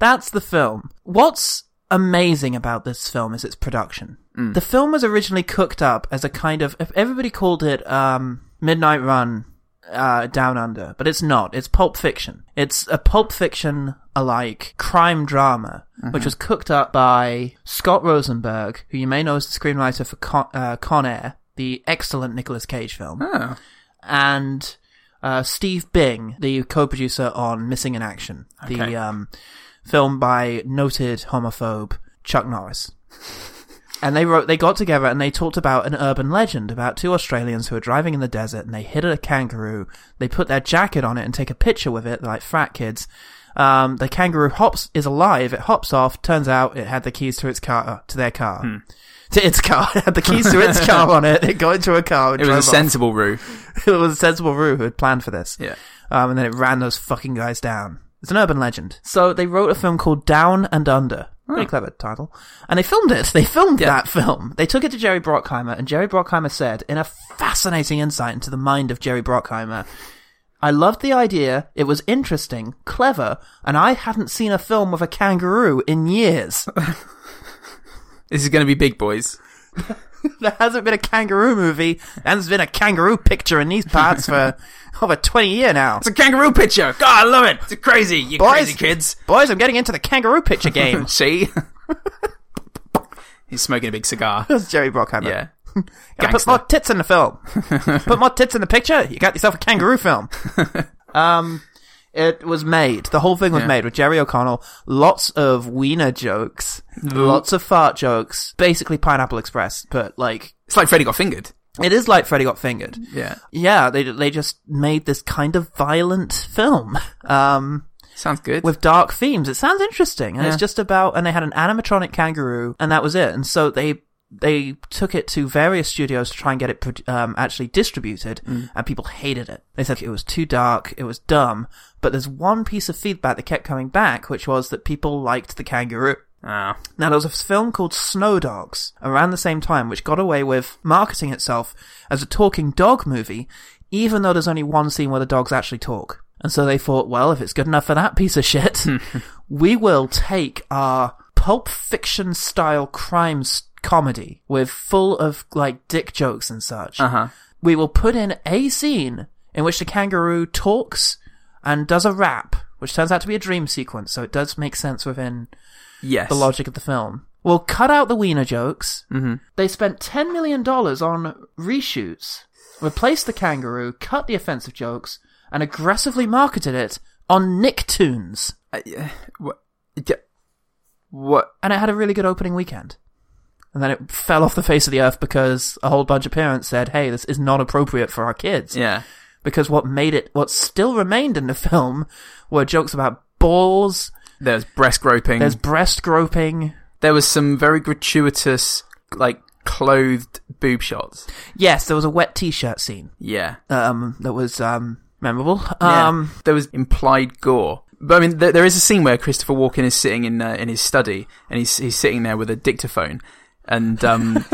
S2: that's the film. What's amazing about this film is its production.
S3: Hmm.
S2: The film was originally cooked up as a kind of if everybody called it um, Midnight Run uh, Down Under, but it's not. It's pulp fiction. It's a pulp fiction alike crime drama.
S3: Mm-hmm.
S2: Which was cooked up by Scott Rosenberg, who you may know as the screenwriter for Con, uh, Con Air, the excellent Nicolas Cage film
S3: Oh.
S2: and uh, Steve Bing, the co-producer on Missing in Action,
S3: Okay.
S2: the um, film by noted homophobe Chuck Norris. And they wrote, they got together and they talked about an urban legend about two Australians who were driving in the desert and they hit a kangaroo. They put their jacket on it and take a picture with it, like frat kids. Um, the kangaroo hops, is alive. It hops off. Turns out it had the keys to its car, to their car,
S3: Hmm.
S2: to its car. It had the keys to its car on it. It got into a car. And
S3: It
S2: drove
S3: was a
S2: off
S3: sensible reel.
S2: it was a sensible Rue who had planned for this.
S3: Yeah.
S2: Um, and then it ran those fucking guys down. It's an urban legend. So they wrote a film called Down and Under. Pretty clever title. And they filmed it. They filmed that film. They took it to Jerry Brockheimer, and Jerry Brockheimer said, in a fascinating insight into the mind of Jerry Brockheimer, I loved the idea. It was interesting, clever, and I hadn't seen a film with a kangaroo in years.
S3: This is going to be big boys.
S2: there hasn't been a kangaroo movie, and there's been a kangaroo picture in these parts for over 20 year now.
S3: It's a kangaroo picture. God, I love it. It's crazy. You
S2: Boys.
S3: crazy kids.
S2: Boys, I'm getting into the kangaroo picture game.
S3: See? He's smoking a big cigar.
S2: That's Jerry Brockheimer.
S3: Yeah.
S2: Gotta put
S3: Gangster.
S2: more tits in the film. put more tits in the picture. You got yourself a kangaroo film. um, it was made. The whole thing was made with Jerry O'Connell. Lots of wiener jokes. Lots of fart jokes. Basically Pineapple Express, but like
S3: It's like Freddy got fingered.
S2: it is like Freddy Got Fingered.
S3: Yeah.
S2: Yeah, they they just made this kind of violent film. Um,
S3: Sounds good.
S2: with dark themes. It sounds interesting, and
S3: Yeah.
S2: it's just about. And they had an animatronic kangaroo, and that was it. And so they they took it to various studios to try and get it pro- um, actually distributed, and people hated it. They said it was too dark, it was dumb. But there's one piece of feedback that kept coming back, which was that people liked the kangaroo.
S3: oh.
S2: Now, there was a film called Snow Dogs around the same time, which got away with marketing itself as a talking dog movie, even though there's only one scene where the dogs actually talk. And so they thought, well, if it's good enough for that piece of shit, we will take our pulp fiction style crime s- comedy with full of like dick jokes and such.
S3: Uh-huh.
S2: We will put in a scene in which the kangaroo talks and does a rap, which turns out to be a dream sequence, so it does make sense within
S3: Yes.
S2: the logic of the film. Well, cut out the wiener jokes. Mm-hmm. They spent ten million dollars on reshoots, replaced the kangaroo, cut the offensive jokes, and aggressively marketed it on Nicktoons.
S3: Uh, yeah. What? Yeah. What?
S2: And it had a really good opening weekend. And then it fell off the face of the earth because a whole bunch of parents said, "Hey, this is not appropriate for our kids."
S3: Yeah.
S2: Because what made it, what still remained in the film, were jokes about balls.
S3: There's breast groping.
S2: There's breast groping.
S3: There was some very gratuitous, like, clothed boob shots.
S2: Yes, there was a wet t-shirt scene.
S3: Yeah.
S2: um, that was um, memorable. Um,
S3: there was implied gore. But I mean, there, there is a scene where Christopher Walken is sitting in uh, in his study, and he's he's sitting there with a dictaphone, and um,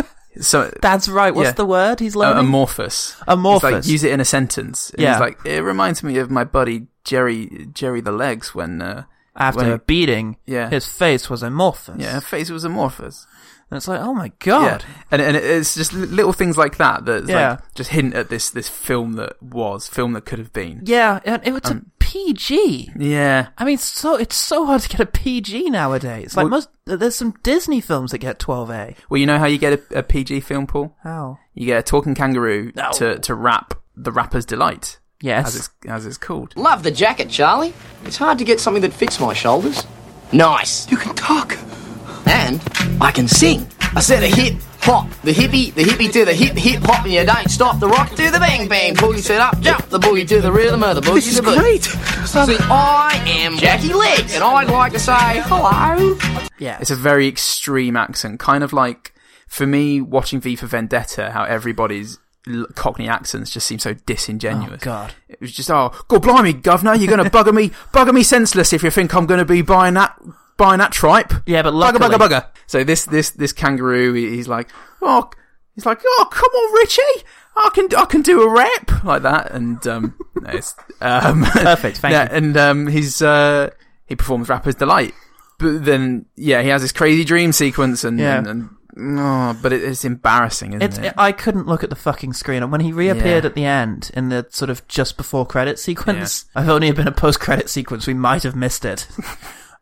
S3: so
S2: That's right. What's
S3: Yeah.
S2: the word he's
S3: uh,
S2: learning?
S3: amorphous.
S2: Amorphous.
S3: He's like, use it in a sentence. And
S2: Yeah.
S3: He's like, it reminds me of my buddy Jerry Jerry the Legs when uh,
S2: After
S3: when
S2: a beating,
S3: Yeah.
S2: his face was amorphous.
S3: yeah, her face was amorphous.
S2: And it's like, oh my god.
S3: Yeah, and and it's just li- little things like that that
S2: Yeah.
S3: like just hint at this this film that was, film that could have been.
S2: Yeah, and it, it's
S3: Um,
S2: a PG.
S3: Yeah,
S2: I mean, so it's so hard to get a PG nowadays. Like
S3: Well-
S2: most, there's some Disney films that get 12A.
S3: well, you know how you get a, a PG film, Paul?
S2: How?
S3: You get a talking kangaroo
S2: No.
S3: to to rap the rapper's delight, as
S2: Yes.
S3: it's as it's called.
S4: Love the jacket, Charlie. It's hard to get something that fits my shoulders. Nice. You can talk. And I can sing. I said a hip hop, the hippie, the hippie to the hip hip hop, and you don't stop the rock to the bang bang. Boogie set up, jump the boogie to the rhythm of the boogie. This is great. See, I am Jackie Legs, and I'd like to say hello.
S2: Yeah.
S3: It's a very extreme accent, kind of like for me watching V for Vendetta, how everybody's l- Cockney accents just seem so disingenuous.
S2: Oh, God.
S3: it was just oh, God blimey, governor, you're gonna bugger me, bugger me senseless if you think I'm gonna be buying that. Buying that tripe,
S2: Yeah, but
S3: bugger,
S2: luckily-
S3: bugger, bugger. So this, this, this kangaroo, he- he's like, oh, he's like, oh, come on, Richie, I can, I can do a rap like that, and um, no, it's, um,
S2: Perfect, thank you.
S3: and um, he's uh, he performs Rapper's Delight. But then, yeah, he has this crazy dream sequence, and
S2: Yeah.
S3: and, and oh, but it, it's embarrassing, isn't
S2: It's,
S3: it?
S2: I couldn't look at the fucking screen. And when he reappeared
S3: Yeah.
S2: at the end in the sort of just before credit sequence, I've only been a post credit sequence. We might have missed it.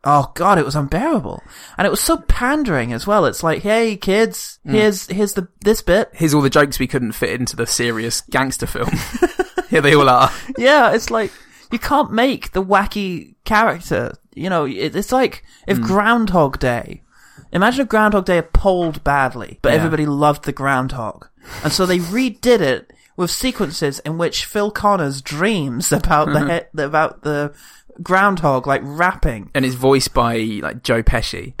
S2: oh god, it was unbearable, and it was so pandering as well. It's like, hey kids, here's here's the this bit.
S3: Here's all the jokes we couldn't fit into the serious gangster film. Here they all are.
S2: yeah, it's like you can't make the wacky character. You know, it, it's like if Groundhog Day. Imagine if Groundhog Day had polled badly, but
S3: Yeah.
S2: everybody loved the groundhog, and so they redid it with sequences in which Phil Connors dreams about the he- about the groundhog like rapping.
S3: And it's voiced by like Joe Pesci.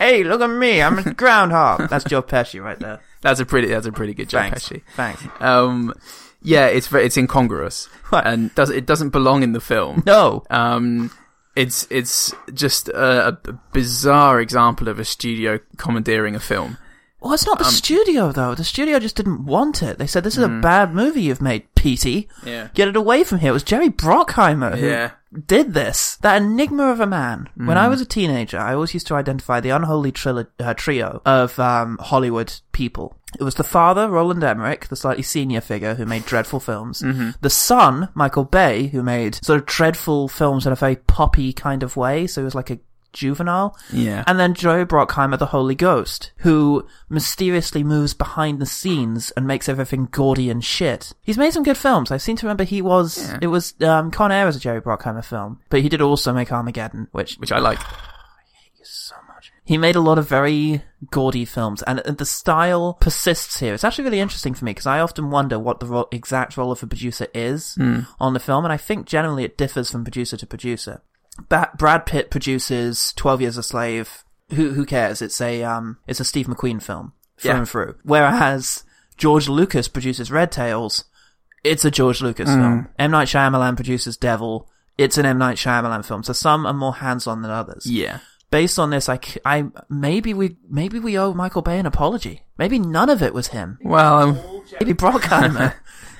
S2: Hey, look at me, I'm a groundhog. That's Joe Pesci right there.
S3: That's a pretty. That's a pretty good Joe
S2: Thanks,
S3: Pesci.
S2: thanks.
S3: Um, yeah, it's very, it's incongruous
S2: Right.
S3: and does it doesn't belong in the film.
S2: No,
S3: Um, it's it's just a, a bizarre example of a studio commandeering a film.
S2: Well, it's
S3: Um,
S2: not the studio though. The studio just didn't want it. They said, "This is a bad movie you've made, Petey.
S3: Mm. Yeah.
S2: Get it away from here." It was Jerry Brockheimer who
S3: Yeah. Mm.
S2: did this. That enigma of a man. When I was a teenager, I always used to identify the unholy trilo- uh, trio of um, Hollywood people. It was the father, Roland Emmerich, the slightly senior figure who made dreadful films.
S3: Mm-hmm.
S2: The son, Michael Bay, who made sort of dreadful films in a very poppy kind of way. So he was like a juvenile.
S3: Yeah.
S2: And then Joe Brockheimer, the Holy Ghost, who mysteriously moves behind the scenes and makes everything gaudy and shit. He's made some good films. I seem to remember he was, it was, um, Con Air was a Jerry Brockheimer film, but he did also make Armageddon, which
S3: which I like.
S2: he made a lot of very gaudy films, and uh, the style persists here. It's actually really interesting for me because I often wonder what the ro- exact role of a producer is on the film, and I think generally it differs from producer to producer. Ba- Brad Pitt produces Twelve Years a Slave. Who who cares? It's a um, it's a Steve McQueen film through
S3: Yeah.
S2: and through. Whereas George Lucas produces Red Tails. It's a George Lucas film. M Night Shyamalan produces Devil. It's an M Night Shyamalan film. So some are more hands on than others
S3: Yeah.
S2: based on this, I, c- I- maybe we maybe we owe Michael Bay an apology. Maybe none of it was him.
S3: Well, um,
S2: Maybe Brockheimer,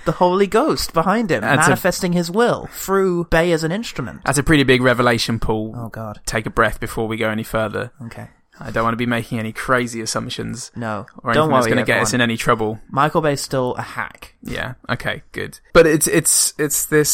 S2: the Holy Ghost behind him,
S3: That's a-
S2: manifesting his will through Bay as an instrument.
S3: that's a pretty big revelation, Paul.
S2: Oh God.
S3: Take a breath before we go any further.
S2: Okay.
S3: I don't want to be making any crazy assumptions.
S2: No.
S3: Or anything
S2: Don't
S3: that's
S2: worry,
S3: going to get us in
S2: everyone.
S3: any trouble.
S2: Michael Bay's still a hack.
S3: Yeah. Okay. Good. But it's it's it's this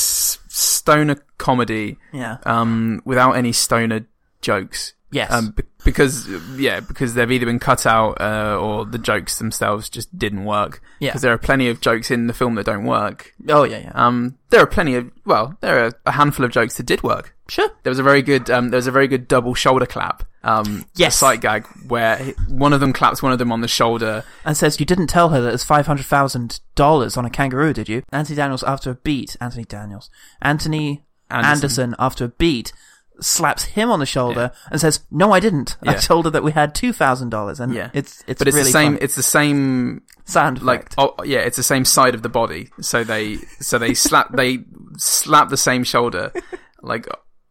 S3: stoner comedy,
S2: Yeah.
S3: um, without any stoner jokes.
S2: Yes.
S3: Um, be- because yeah, because they've either been cut out uh, or the jokes themselves just didn't work.
S2: Yeah.
S3: Because there are plenty of jokes in the film that don't work.
S2: oh yeah, yeah.
S3: Um, there are plenty of well, there are a handful of jokes that did work.
S2: sure.
S3: There was a very good, um, there was a very good double shoulder clap. Um,
S2: Yes.
S3: sight gag where he- one of them claps one of them on the shoulder.
S2: And says you didn't tell her that it's five hundred thousand dollars on a kangaroo, did you? Anthony Daniels after a beat. Anthony Daniels. Anthony
S3: Anderson.
S2: Anderson, after a beat slaps him on the shoulder and says, "No, I didn't. I
S3: Yeah.
S2: told her that we had two thousand dollars." And
S3: Yeah,
S2: it's it's
S3: but it's
S2: really
S3: the same.
S2: fun.
S3: It's the same
S2: sound
S3: like
S2: effect.
S3: oh yeah it's the same side of the body so they so they slap they slap the same shoulder like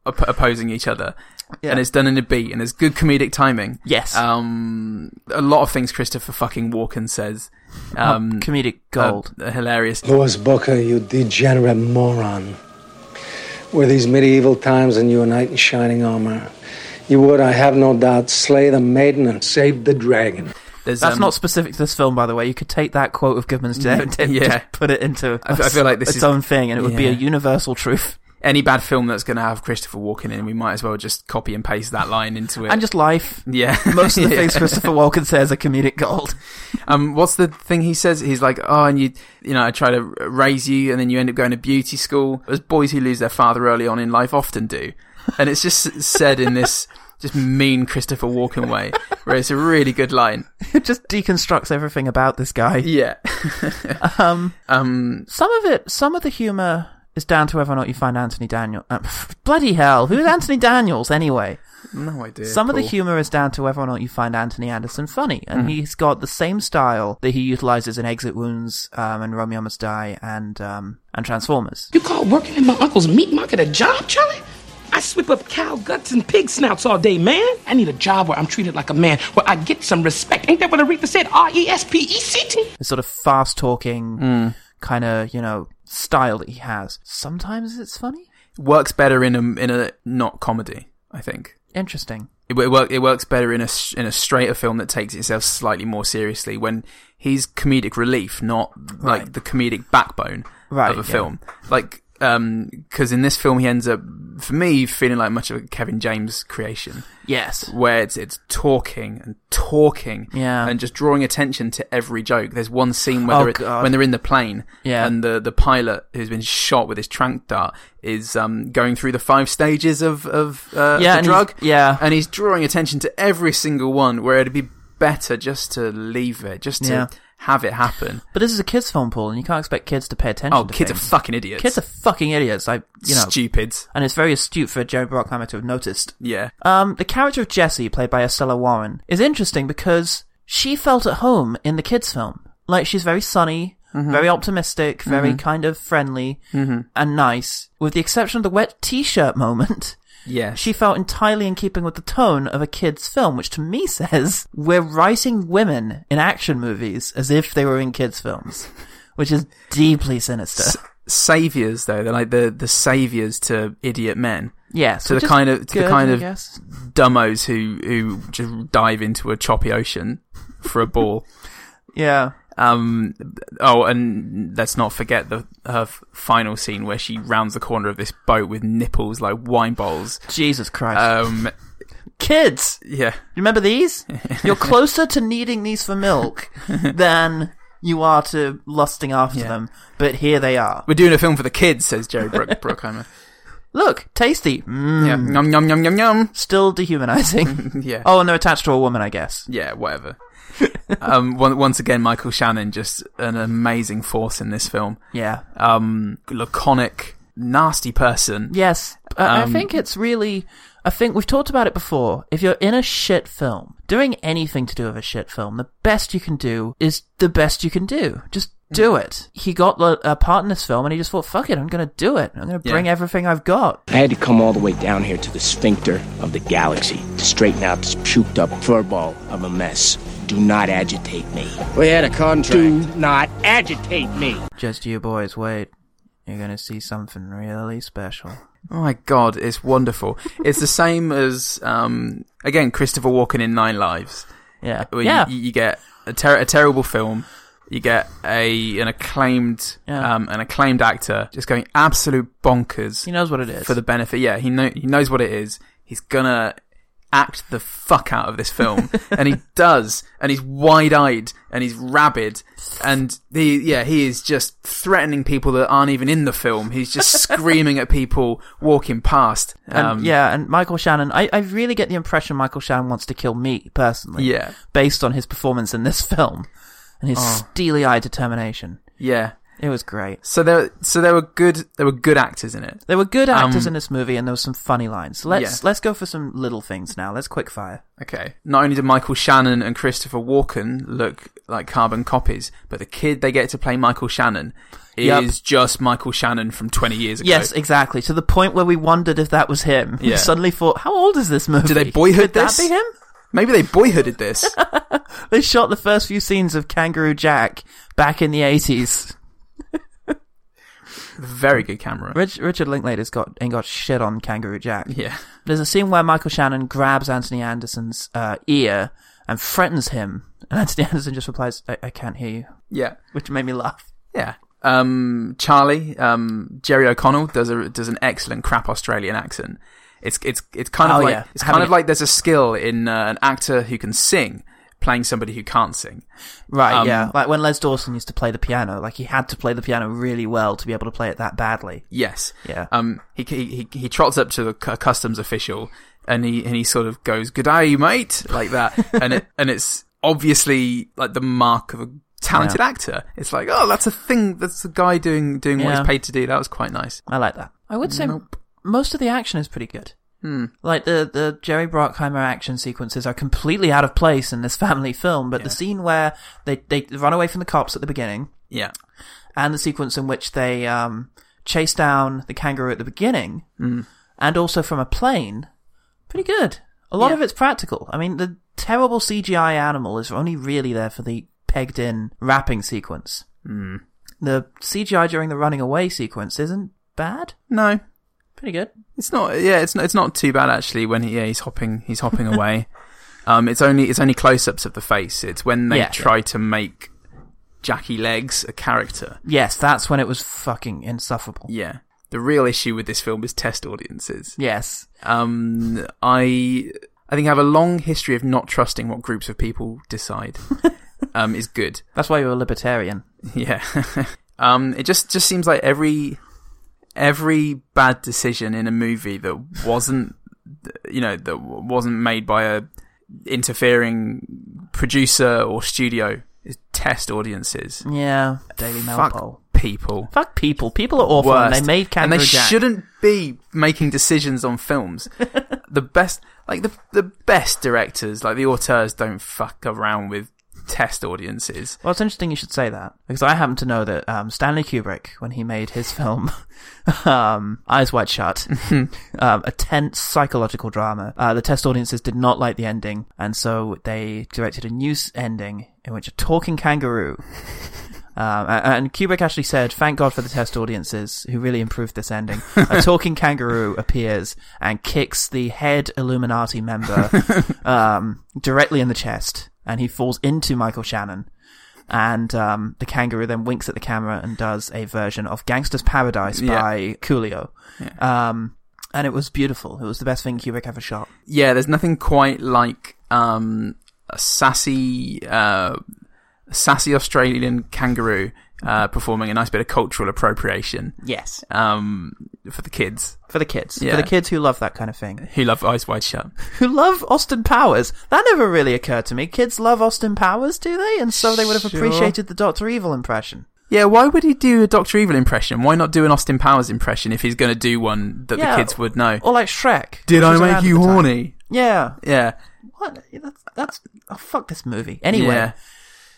S3: op- opposing each other
S2: Yeah.
S3: and it's done in a beat and there's good comedic timing
S2: yes,
S3: um a lot of things christopher fucking walken says um
S2: comedic gold.
S3: are hilarious
S9: Louis Booker, you degenerate moron. Were these medieval times and you a knight in shining armor? You would, I have no doubt, slay the maiden and save the dragon.
S3: There's,
S2: That's
S3: um,
S2: not specific to this film, by the way. You could take that quote of Goodman's Day and
S3: yeah.
S2: just put it into
S3: I feel- I feel like this
S2: its
S3: is-
S2: own thing, and it would be a
S3: yeah.
S2: universal truth.
S3: any bad film that's going to have Christopher Walken in. We might as well just copy and paste that line into it.
S2: And just life.
S3: yeah,
S2: Most of the
S3: Yeah.
S2: things Christopher Walken says are comedic gold.
S3: Um, what's the thing he says? He's like, oh, and you, you know, I try to raise you, and then you end up going to beauty school. As boys who lose their father early on in life often do, and it's just said in this just mean Christopher Walken way, where it's a really good line.
S2: It just deconstructs everything about this guy.
S3: Yeah,
S2: Some of it, some of the humor is down to whether or not you find Anthony Daniel. Uh, bloody hell, who's Anthony Daniels anyway?
S3: no idea.
S2: Some of the
S3: Paul.
S2: humor is down to whether or not you find Anthony Anderson funny, and he's got the same style that he utilizes in Exit Wounds um, and Romeo Must Die and um, and Transformers.
S7: You call working in my uncle's meat market a job, Charlie? I sweep up cow guts and pig snouts all day, man. I need a job where I'm treated like a man, where I get some respect. Ain't that what Aretha said? R E S P E C T.
S2: The sort of fast talking kind of you know style that he has. Sometimes it's funny,
S3: works better in a in a not comedy. I think
S2: interesting.
S3: it, wo- it, work, it works better in a s- in a straighter film that takes itself slightly more seriously when he's comedic relief, not like the comedic backbone
S2: Right,
S3: of a
S2: yeah.
S3: film. Like because in this film he ends up for me feeling like much of a Kevin James creation
S2: Yes,
S3: where it's it's talking and talking
S2: Yeah.
S3: and just drawing attention to every joke. There's one scene where
S2: Oh,
S3: they're, at-
S2: God.
S3: when they're in the plane
S2: Yeah.
S3: and the, the pilot who's been shot with his trank dart is um, going through the five stages of of uh,
S2: Yeah,
S3: the
S2: and
S3: drug.
S2: he's- yeah.
S3: and he's drawing attention to every single one where it'd be better just to leave it, just to
S2: Yeah.
S3: have it happen.
S2: but this is a kids' film, Paul, and you can't expect kids to pay attention.
S3: Oh,
S2: to
S3: kids
S2: things.
S3: are fucking idiots.
S2: kids are fucking idiots. I you know,
S3: stupids.
S2: and it's very astute for Jerry Bruckheimer to have noticed.
S3: Yeah,
S2: Um, the character of Jessie, played by Estella Warren, is interesting because she felt at home in the kids' film. Like she's very sunny,
S3: Mm-hmm.
S2: very optimistic, very kind of friendly and nice. With the exception of the wet t-shirt moment,
S3: yeah.
S2: she felt entirely in keeping with the tone of a kids' film, which to me says we're writing women in action movies as if they were in kids' films, which is deeply sinister.
S3: saviors though. They're like the the saviors to idiot men.
S2: Yes,
S3: to the
S2: which is
S3: kind of- to the
S2: good,
S3: kind
S2: I
S3: of-
S2: guess.
S3: dummos who who just dive into a choppy ocean for a ball.
S2: yeah.
S3: Um, oh, and let's not forget the her f- final scene where she rounds the corner of this boat with nipples like wine bowls.
S2: Jesus Christ,
S3: Um,
S2: Uh, kids.
S3: yeah,
S2: Remember these? You're closer to needing these for milk than you are to lusting after
S3: Yeah.
S2: them, but here they are.
S3: we're doing a film for the kids, says Jerry Brook- Brookheimer.
S2: Look, tasty. Mm,
S3: Yeah, yum yum yum yum yum.
S2: Still dehumanizing.
S3: Yeah.
S2: Oh, and they're attached to a woman, I guess.
S3: Yeah, whatever. um, on- once again, Michael Shannon just an amazing force in this film.
S2: Yeah.
S3: Um, laconic, nasty person.
S2: Yes. I I
S3: Um,
S2: think it's really. I think we've talked about it before. If you're in a shit film, doing anything to do with a shit film, the best you can do is the best you can do. Just do
S3: Mm.
S2: it. He got the- a part in this film and he just thought, fuck it, I'm going to do it. I'm going to
S3: Yeah.
S2: bring everything I've got.
S7: I had to come all the way down here to the sphincter of the galaxy to straighten out this puked up furball of a mess. Do not agitate me.
S4: We had a contract.
S7: Not agitate me.
S2: Just you boys, wait. You're gonna see something really special.
S3: Oh my god, it's wonderful. it's the same as um again Christopher Walken in Nine Lives.
S2: Yeah.
S3: Where
S2: yeah.
S3: you, you get a, ter- a terrible film, you get a an acclaimed
S2: Yeah.
S3: um an acclaimed actor just going absolute bonkers
S2: he knows what it is.
S3: for the benefit. Yeah, he know he knows what it is. He's gonna act the fuck out of this film, and he does. And he's wide eyed, and he's rabid, and he yeah he is just threatening people that aren't even in the film. He's just screaming at people walking past.
S2: and,
S3: Um,
S2: yeah, and Michael Shannon, I, I really get the impression Michael Shannon wants to kill me personally.
S3: Yeah. Oh.
S2: Based on his performance in this film and his steely eyed determination.
S3: yeah.
S2: It was great.
S3: So there so there were good there were good actors in it.
S2: There were good actors
S3: Um,
S2: in this movie and there was some funny lines. Let's
S3: Yeah.
S2: let's go for some little things now. Let's quick fire.
S3: Okay. Not only did Michael Shannon and Christopher Walken look like carbon copies, but the kid they get to play Michael Shannon is
S2: Yep.
S3: just Michael Shannon from 20 years ago.
S2: Yes, exactly. To the point where we wondered if that was him. We
S3: Yeah.
S2: suddenly thought, how old is this movie?
S3: Did they
S2: Could
S3: boyhood
S2: that be
S3: this?
S2: him?
S3: Maybe they boyhooded this.
S2: They shot the first few scenes of Kangaroo Jack back in the 80s.
S3: Very good camera.
S2: Rich, Richard Linklater's got ain't got shit on Kangaroo Jack.
S3: Yeah.
S2: There's a scene where Michael Shannon grabs Anthony Anderson's uh, ear and threatens him, and Anthony Anderson just replies, "I, I can't hear you,"
S3: Yeah.
S2: which made me laugh.
S3: Yeah. Um, Charlie, um, Jerry O'Connell does a does an excellent crap Australian accent. It's it's it's kind of
S2: Oh,
S3: like
S2: yeah.
S3: it's
S2: Having
S3: kind of
S2: it-
S3: like there's a skill in uh, an actor who can sing playing somebody who can't sing.
S2: Right,
S3: Um,
S2: yeah. Like when Les Dawson used to play the piano, like he had to play the piano really well to be able to play it that badly.
S3: Yes.
S2: Yeah.
S3: Um. He he he, he trots up to the cu- customs official and he and he sort of goes, "Good day, mate," like that, and it and it's obviously like the mark of a talented actor. It's like, oh, that's a thing. That's the guy doing doing what
S2: Yeah.
S3: he's paid to do. That was quite nice.
S2: I like that. Hmm. I would say most of the action is pretty good. Like the the Jerry Bruckheimer action sequences are completely out of place in this family film, but the scene where they they run away from the cops at the beginning
S3: Yeah.
S2: and the sequence in which they um chase down the kangaroo at the beginning and also from a plane, pretty good. A lot of it's practical. I mean, the terrible CGI animal is only really there for the pegged in wrapping sequence. The CGI during the running away sequence isn't bad.
S3: No,
S2: Pretty good.
S3: It's not. Yeah, it's not. It's not too bad actually. When he, yeah, he's hopping, he's hopping away. Um, it's only it's only close-ups of the face. It's when they
S2: Yeah.
S3: try to make Jackie Legs a character.
S2: Yes, that's when it was fucking insufferable.
S3: Yeah. The real issue with this film is test audiences.
S2: Yes.
S3: Um, I I think I have a long history of not trusting what groups of people decide. um, is good.
S2: That's why you're a libertarian.
S3: Yeah. um, it just just seems like every every bad decision in a movie that wasn't you know that wasn't made by a interfering producer or studio is test audiences.
S2: Yeah. Daily Mail
S3: Fuck
S2: poll.
S3: people.
S2: Fuck people. People are awful and
S3: Worst.
S2: they made
S3: and
S2: Kangaroo
S3: they
S2: Jack.
S3: shouldn't be making decisions on films. the best, like the the best directors, like the auteurs, don't fuck around with test audiences.
S2: Well, it's interesting you should say that because I happen to know that um, Stanley Kubrick, when he made his film um, Eyes Wide Shut, um, a tense psychological drama, uh, the test audiences did not like the ending, and so they directed a new s- ending in which a talking kangaroo. Um, a- and Kubrick actually said, "Thank God for the test audiences who really improved this ending." A talking kangaroo appears and kicks the head Illuminati member um, directly in the chest, and he falls into Michael Shannon. And um, the kangaroo then winks at the camera and does a version of Gangster's Paradise
S3: Yeah.
S2: by Coolio. Um, and it was beautiful. It was the best thing Kubrick ever shot.
S3: yeah, there's nothing quite like um, a sassy, uh, sassy Australian kangaroo uh, performing a nice bit of cultural appropriation
S2: Yes.
S3: um, for the kids
S2: For the kids.
S3: Yeah.
S2: For the kids who love that kind of thing.
S3: who love Eyes Wide Shut.
S2: Who love Austin Powers. That never really occurred to me. Kids love Austin Powers, do they? And so they would have
S3: Sure.
S2: appreciated the Dr. Evil impression.
S3: Yeah, why would he do a Doctor Evil impression? Why not do an Austin Powers impression if he's going to do one that
S2: Yeah.
S3: the kids would know?
S2: Or like Shrek.
S3: Did
S2: which
S3: I
S2: was around
S3: make
S2: at
S3: you
S2: the time.
S3: horny?
S2: Yeah.
S3: Yeah.
S2: What? That's, that's, oh, fuck this movie. Anyway,
S3: Yeah.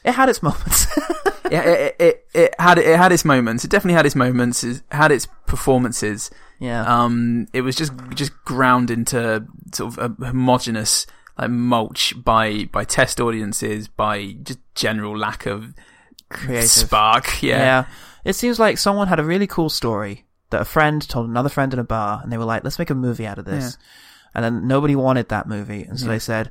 S2: it had its moments.
S3: yeah, it, it, it, it had it had its moments. It definitely had its moments. It had its performances.
S2: Yeah.
S3: Um. It was just just ground into sort of a homogenous like mulch by by test audiences by just general lack of
S2: Creative.
S3: spark. Yeah.
S2: Yeah. It seems like someone had a really cool story that a friend told another friend in a bar, and they were like, let's make a movie out of this. And then nobody wanted that movie, and so they said,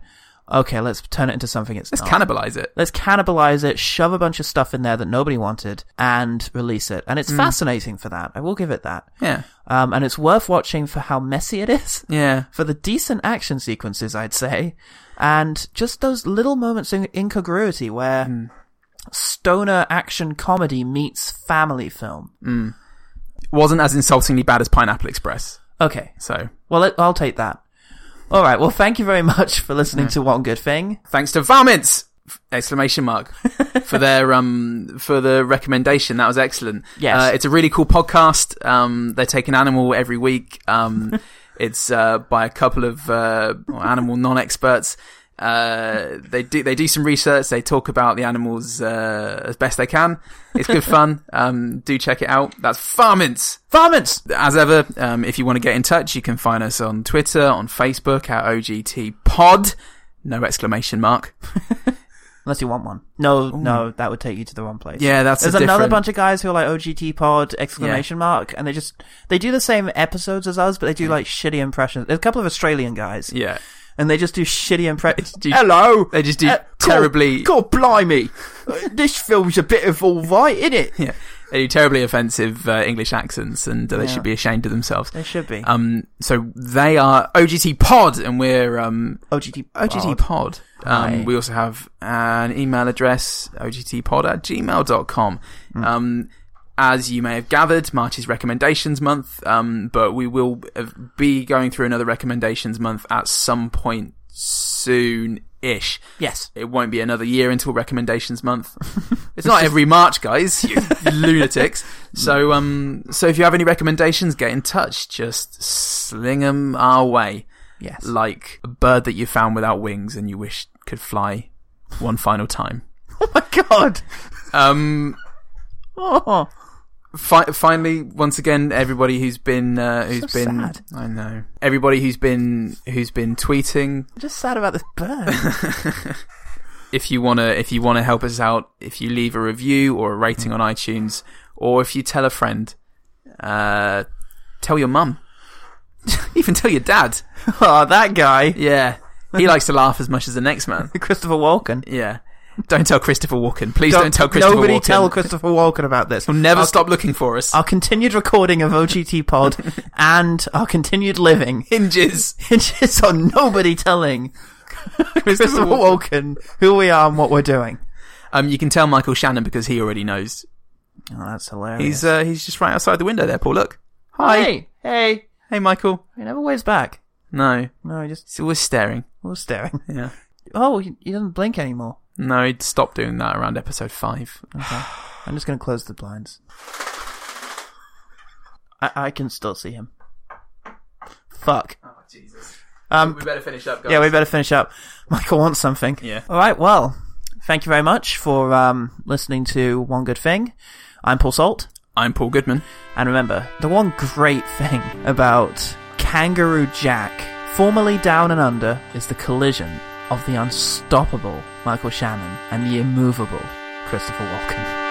S2: okay, let's turn it into something it's
S3: Let's
S2: not.
S3: cannibalize it.
S2: Let's cannibalize it, shove a bunch of stuff in there that nobody wanted, and release it. And it's fascinating for that. I will give it that.
S3: Yeah.
S2: Um, and it's worth watching for how messy it is.
S3: Yeah.
S2: For the decent action sequences, I'd say, and just those little moments of incongruity where stoner action comedy meets family film.
S3: Wasn't as insultingly bad as Pineapple Express.
S2: Okay,
S3: So
S2: well, let- I'll take that. All right, well, thank you very much for listening to One Good Thing.
S3: thanks to Varmints! Exclamation mark for their um for the recommendation. That was excellent.
S2: Yes.
S3: uh, it's a really cool podcast. Um, they take an animal every week. Um, it's uh, by a couple of uh, animal non-experts. Uh, they do they do some research. They talk about the animals uh, as best they can. It's good fun. Um, do check it out. That's Farmints
S2: Varmints!
S3: as ever, um, if you want to get in touch, you can find us on Twitter, on Facebook at OGT Pod, no exclamation mark.
S2: Unless you want one. No, no, that would take you to the wrong place.
S3: Yeah, that's a
S2: There's another
S3: different-
S2: bunch of guys who are like OGT pod exclamation mark, and they just they do the same episodes as us, but they do like shitty impressions. There's a couple of Australian guys.
S3: Yeah.
S2: And they just do shitty impressions.
S3: do-
S2: Hello.
S3: they just do
S2: Uh,
S3: terribly-
S2: God, God blimey, Uh, this film's a bit of all right, isn't it?
S3: Yeah. They do terribly offensive uh, English accents, and uh, they
S2: Yeah.
S3: should be ashamed of themselves.
S2: They should be.
S3: Um, so they are OGT Pod, and we're um,
S2: OGT. pod.
S3: OGT Pod. Um,
S2: Hi.
S3: we also have an email address, ogtpod at gmail.com.
S2: Hmm.
S3: Um, as you may have gathered, March is recommendations month, um, but we will uh, be going through another recommendations month at some point soon ish.
S2: Yes.
S3: It won't be another year until recommendations month. It's not every March, guys, you lunatics.
S2: Hmm.
S3: So, um, so if you have any recommendations, get in touch. Just sling them our way
S2: Yes.
S3: like a bird that you found without wings and you wish could fly one final time.
S2: Oh my god.
S3: Um,
S2: Oh.
S3: fi- finally, once again, everybody who's been uh, who's
S2: So
S3: been
S2: sad.
S3: I know everybody who's been who's been tweeting.
S2: I'm just sad about this bird.
S3: If you wanna if you wanna help us out, if you leave a review or a rating on iTunes, or if you tell a friend, uh, tell your mum, even tell your dad.
S2: oh, that guy.
S3: Yeah, he likes to laugh as much as the next man.
S2: Christopher Walken.
S3: Yeah. Don't tell Christopher Walken. Please don't, tell Christopher
S2: Nobody
S3: Walken.
S2: tell Christopher Walken about this.
S3: He'll never
S2: Our-
S3: stop looking for us.
S2: Our continued recording of OGT Pod and our continued living
S3: Hinges.
S2: hinges on nobody telling Christopher Walken who we are and what we're doing.
S3: Um, you can tell Michael Shannon because he already knows.
S2: Oh, that's hilarious.
S3: He's uh, he's just right outside the window there, Paul. Look. Hi.
S2: Hey, hey.
S3: Hey, Michael.
S2: He never waves back.
S3: No,
S2: No, he just
S3: he's always staring.
S2: was staring.
S3: Yeah.
S2: Oh, he, he doesn't blink anymore.
S3: No, he'd stop doing that around episode five.
S2: Oh. I'm just going to close the blinds. I, I can still see him. Fuck. Oh, Jesus. Um,
S3: better finish up, guys.
S2: Yeah, we better finish up. Michael wants something.
S3: Yeah.
S2: All right. Well, thank you very much for um, listening to One Good Thing. I'm Paul Salt.
S3: I'm Paul Goodman.
S2: And remember, the one great thing about Kangaroo Jack, formerly Down and Under, is the collision of the unstoppable Michael Shannon and the immovable Christopher Walken.